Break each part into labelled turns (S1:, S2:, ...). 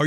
S1: Are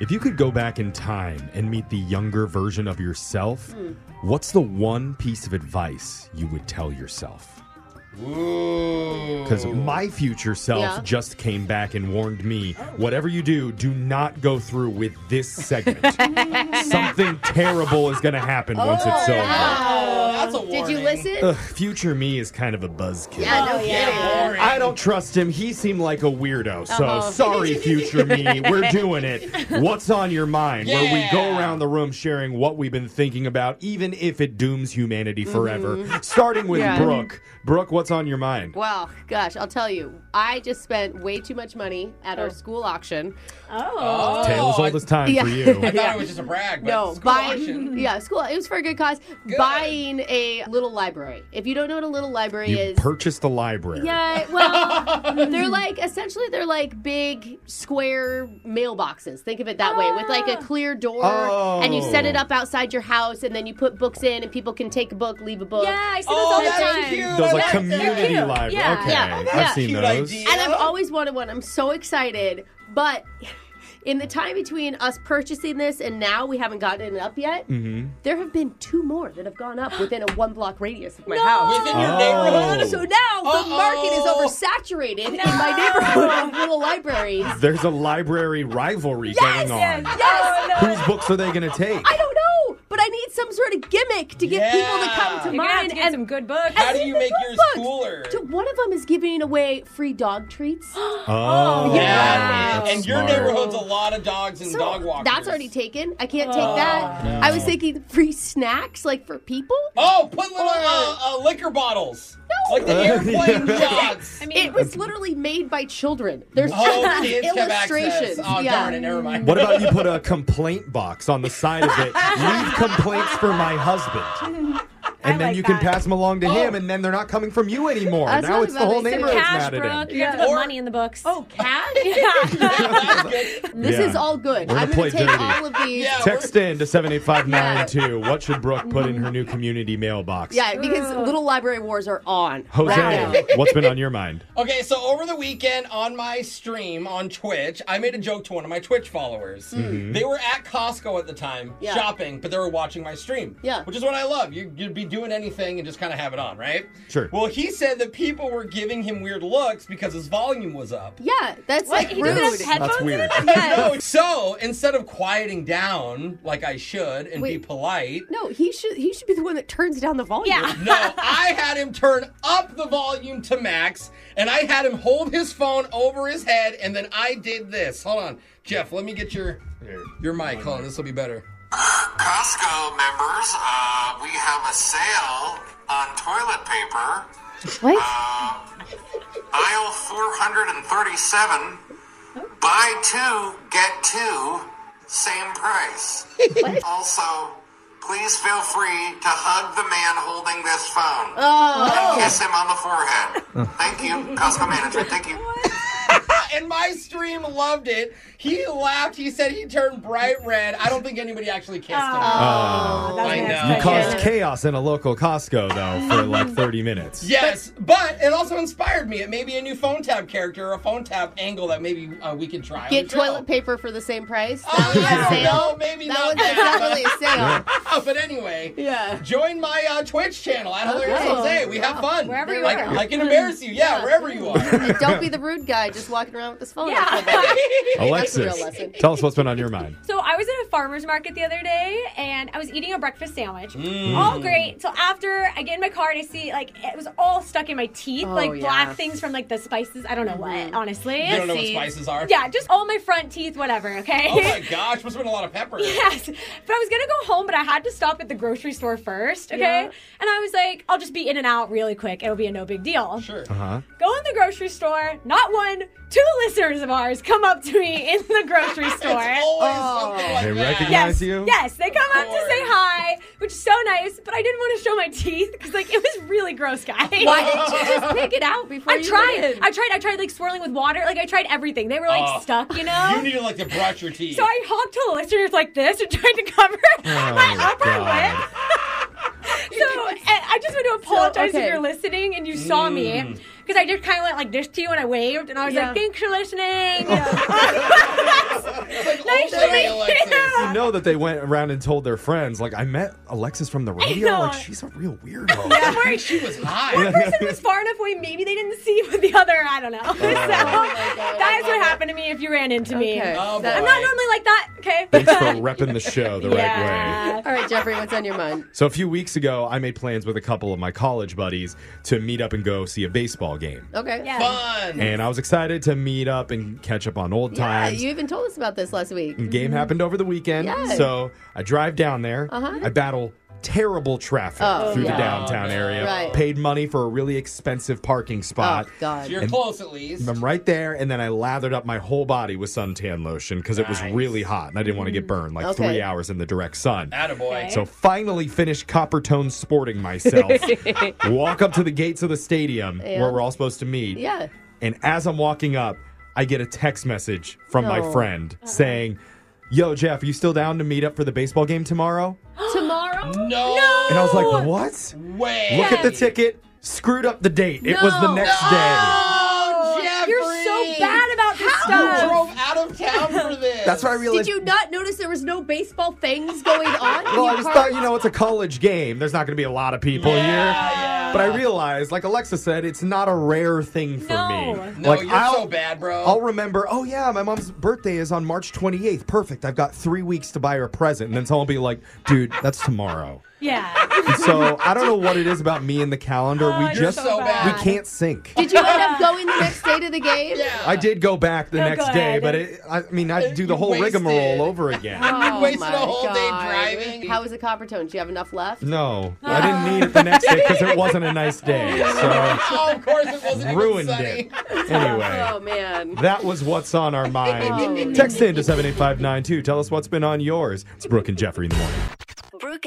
S2: If you could go back in time and meet the younger version of yourself,
S3: Hmm.
S2: what's the one piece of advice you would tell yourself? Because my future self
S3: Yeah.
S2: just came back and warned me whatever you do, do not go through with this segment. Something terrible is going to happen once
S3: Oh,
S2: it's over.
S4: That's a warning.
S3: Did you listen?
S2: Ugh, future me is kind of a buzzkill.
S3: no kidding.
S2: I don't trust him. He seemed like a weirdo. So
S3: Uh-huh.
S2: sorry, future me. We're doing it. What's on your mind? Where we go around the room sharing what we've been thinking about, even if it dooms humanity
S3: Mm-hmm.
S2: forever. Starting with Brooke. Brooke, what's on your mind?
S3: Well, gosh, I'll tell you, I just spent way too much money at our school auction.
S2: Tale Tales all this time
S3: Yeah.
S2: for you.
S4: I thought it was just a brag, but
S3: No,
S4: school
S3: buying.
S4: auction.
S3: Yeah, school. It was for a good cause. Buying a little library. If you don't know what a little library
S2: You
S3: is,
S2: purchased the library.
S3: yeah. Well, they're like essentially they're like big square mailboxes. Think of it that way, with like a clear door, and you set it
S2: Oh.
S3: up outside your house, and then you put books in, and people can take a book, leave a book.
S5: Yeah, I see those
S4: Oh,
S5: all the
S4: that's
S5: time.
S4: cute.
S2: Those like
S4: That's so
S2: community
S4: cute.
S2: libraries.
S5: Yeah.
S2: Okay.
S3: Yeah.
S2: I've
S3: Yeah.
S2: seen
S4: Cute
S2: those.
S4: idea.
S3: And I've always wanted one. I'm so excited. But in the time between us purchasing this and now, we haven't gotten it up yet. There have been two more that have gone up within a one block radius of my house.
S4: Within your
S2: Oh.
S4: neighborhood.
S3: So now the
S4: Uh-oh.
S3: market is oversaturated in my neighborhood of little libraries.
S2: There's a library rivalry going on.
S3: Yes!
S2: Whose books are they going to take?
S3: I don't know, but I need some sort of gimmick to get people to come to
S4: Yeah.
S5: You're gonna have
S3: mine.
S5: to get
S3: and
S5: some good books.
S4: How do you make
S3: good
S4: yours
S3: books.
S4: cooler?
S3: So one of them is giving away free dog treats.
S2: Oh,
S4: Yeah.
S2: that's
S4: And your
S2: smart.
S4: neighborhood's a lot of dogs and
S3: So,
S4: dog walkers. Oh,
S3: That's already taken. I can't take that. I was thinking free snacks, like for people.
S4: Oh, put little uh, uh, liquor bottles. Like the airplane shots.
S5: I mean,
S3: It was literally made by children. There's
S4: um, Oh,
S3: just
S4: kids have access.
S3: illustrations.
S4: Oh,
S3: yeah.
S4: darn it, never mind.
S2: What about you put a complaint box on the side of it? Leave complaints for my husband. And then
S5: like
S2: you can
S5: that.
S2: pass them along to him, and then they're not coming from you anymore.
S3: That's
S2: now
S3: what
S2: it's the
S3: I'm
S2: whole
S3: about to say.
S2: neighborhood's
S5: cash,
S2: mad at
S5: Brooke.
S2: him.
S5: You have to put money in the books.
S3: Oh, cat? This
S2: Yeah.
S3: is all good.
S2: We're gonna
S3: I'm going
S2: play
S3: to take
S2: dirty.
S3: all of these.
S4: Yeah.
S2: Text in to 78592. What should Brooke put in her new community mailbox?
S3: Yeah, because little library wars are on. right now.
S2: Jose, what's been on your mind?
S4: Okay, so over the weekend on my stream on Twitch, I made a joke to one of my Twitch followers. They were at Costco at the time
S3: Hmm. Yeah.
S4: shopping, but they were watching my stream.
S3: Yeah.
S4: Which is what I love. You, you'd be doing anything and just kind of have it on, right?
S2: Sure.
S4: Well, he said that people were giving him weird looks because his volume was up.
S3: Yeah, that's
S5: What?
S3: like
S5: He doesn't have
S3: rude.
S5: headphones
S2: That's weird.
S5: in? Yes.
S4: So instead of quieting down like I should and be
S3: Wait.
S4: polite,
S3: No, he should he should be the one that turns down the volume.
S5: Yeah.
S4: No, I had him turn up the volume to max, and I had him hold his phone over his head, and then I did this. Hold on, Jeff. Let me get your your mic. Hold on, this will be better.
S5: Costco members, uh, we have a sale on toilet paper. Uh,
S3: What?
S5: Aisle 437, buy two, get two, same price. Also, please feel free to hug the man holding this phone. And kiss him on the forehead. Thank you, Costco manager. Thank you.
S4: and my stream loved it. He laughed. He said he turned bright red. I don't think anybody actually kissed him.
S6: That's
S4: I
S6: my next
S4: know.
S2: You
S6: question.
S2: caused chaos in a local Costco, though, for like 30 minutes.
S4: Yes, but it also inspired me. It may be a new phone tab character or a phone tab angle that maybe uh, we could try. on
S6: Get
S4: the show.
S6: toilet paper for the same price. That
S4: Oh,
S6: was
S4: yeah,
S6: a sale.
S4: no, maybe
S6: that
S4: not
S6: was
S4: that.
S6: definitely a sale.
S4: but anyway,
S6: Yeah.
S4: Join my uh, Twitch channel at Hilarious
S6: Okay.
S4: Jose. We have fun.
S6: Wherever you
S4: I,
S6: are.
S4: I can embarrass you. Yeah,
S6: Yeah.
S4: wherever you are.
S6: And don't be the rude guy just walking around with his phone.
S7: Yeah.
S6: out there.
S2: Alexis,
S6: real lesson.
S2: tell us what's been on your mind.
S7: So I was at a farmer's market the other day, and I was eating a breakfast sandwich.
S4: Mm.
S7: All great. Till after I get in my car and I see like it was all stuck in my teeth,
S6: Oh,
S7: like
S6: yeah.
S7: black things from like the spices. I don't know what, honestly.
S4: Mm-hmm. You don't know what spices are?
S7: Yeah, just all my front teeth, whatever. Okay.
S4: Oh my gosh, must have been a lot of pepper.
S7: Yes, but I was gonna go home, but I had to stop at the grocery store first, okay?
S6: Yeah.
S7: And I was like, I'll just be in and out really quick. It'll be a no big deal.
S4: Sure.
S2: Huh?
S7: Go in the grocery store. Not one, two listeners of ours come up to me in the grocery store.
S4: It's always
S6: Oh.
S4: something like
S2: They
S4: that.
S2: recognize-
S7: Yes,
S2: you?
S7: yes, they come up to
S4: course.
S7: say hi, which is so nice. But I didn't want to show my teeth because, like, it was really gross, guys.
S6: Why didn't you just pick it out before
S7: I
S6: you
S7: tried.
S6: went in?
S7: I tried. I tried like swirling with water. Like I tried everything. They were like
S4: Oh.
S7: stuck, you know.
S4: You need to like to brush your teeth.
S7: So I honked to the listeners like this and tried to cover my
S2: Oh,
S7: upper
S2: God.
S7: lip. So and I just want to apologize
S6: okay.
S7: if you're listening and you saw me
S2: Mm.
S7: because I just kind of went like this to you and I waved and I was
S6: Yeah.
S7: like, "Thanks for listening."
S2: Oh,
S4: it's like old
S7: Nice to
S4: lady
S7: meet
S4: Alexis.
S7: you.
S2: You know that they went around and told their friends, like, I met Alexis from the radio.
S7: know.
S2: Like, she's a real weirdo.
S7: Where
S4: She was high.
S7: person was far enough away, maybe they didn't see with the other. I don't know.
S2: Oh
S7: so that is what happened to me if you ran into me.
S6: Okay.
S4: Oh,
S6: That-
S7: I'm not normally like that. Okay.
S2: Thanks for repping the show the right way.
S7: yeah.
S6: All right, Jeffrey, what's on your mind?
S2: So a few weeks ago, I made plans with a couple of my college buddies to meet up and go see a baseball game.
S6: Okay.
S7: Yeah.
S4: Fun.
S2: And I was excited to meet up and catch up on old
S6: Yeah,
S2: times.
S6: Uh, you even told us about this last week.
S2: And game happened over the weekend.
S6: Yes. Uh-huh.
S2: So I drive down there. I battle terrible traffic
S6: Oh,
S2: through
S6: yeah.
S2: the downtown area.
S6: Right.
S2: Paid money for a really expensive parking spot.
S6: Oh God.
S4: You're close at least.
S2: I'm right there, and then I lathered up my whole body with suntan lotion because it was
S4: Nice.
S2: really hot and I didn't want to get burned like
S6: Mm. Okay.
S2: three hours in the direct sun.
S4: Attaboy.
S2: So finally finished copper tone sporting myself. Walk up to the gates of the stadium
S6: Yeah.
S2: where we're all supposed to meet.
S6: Yeah.
S2: And as I'm walking up, I get a text message from
S6: No. Uh-huh.
S2: my friend saying, Yo, Jeff, are you still down to meet up for the baseball game tomorrow?
S6: Tomorrow?
S4: No,
S2: And I was like, What?
S4: way.
S2: Look at the ticket. Screwed up the date. It was the
S6: No.
S2: next day.
S4: Oh, Jeffrey.
S7: You're so bad about this
S4: You
S7: stuff.
S4: drove out of town for this.
S2: That's what I
S6: Did
S2: realized.
S6: you not notice there was no baseball things going on? in
S2: well, I
S6: your
S2: just
S6: car?
S2: thought, you know, it's a college game. There's not going to be a lot of people here.
S4: Yeah,
S2: But I realized, like Alexa said, it's not a rare thing for
S7: No.
S2: me.
S4: No,
S2: like
S4: you're so bad, bro.
S2: I'll remember, oh yeah, my mom's birthday is on March 28th. Perfect. I've got three weeks to buy her a present. And then someone will be like, dude, that's tomorrow.
S7: Yeah.
S2: And so I don't know what it is about me and the calendar. we
S7: Oh, you're
S2: just
S7: so
S2: we
S7: bad.
S2: can't sync.
S6: Did you end up going the next day to the game?
S4: Yeah.
S2: I did go back the
S7: Oh,
S2: next
S7: good.
S2: day, but it, I mean, I do
S4: You
S2: the whole
S4: wasted.
S2: rigmarole over again.
S6: Oh,
S4: wasted
S6: my
S4: a whole
S6: God.
S4: day driving.
S6: How was the copper tone? Do you have enough left?
S2: No, I didn't need it the next day because it wasn't a nice day. So
S4: oh, of course it wasn't
S2: ruined
S4: even sunny.
S2: it. Anyway.
S6: Oh man.
S2: That was what's on our
S6: Oh.
S2: mind. Text in to 78592. Tell us what's been on yours. It's Brooke and Jeffrey in the morning.
S8: Brooke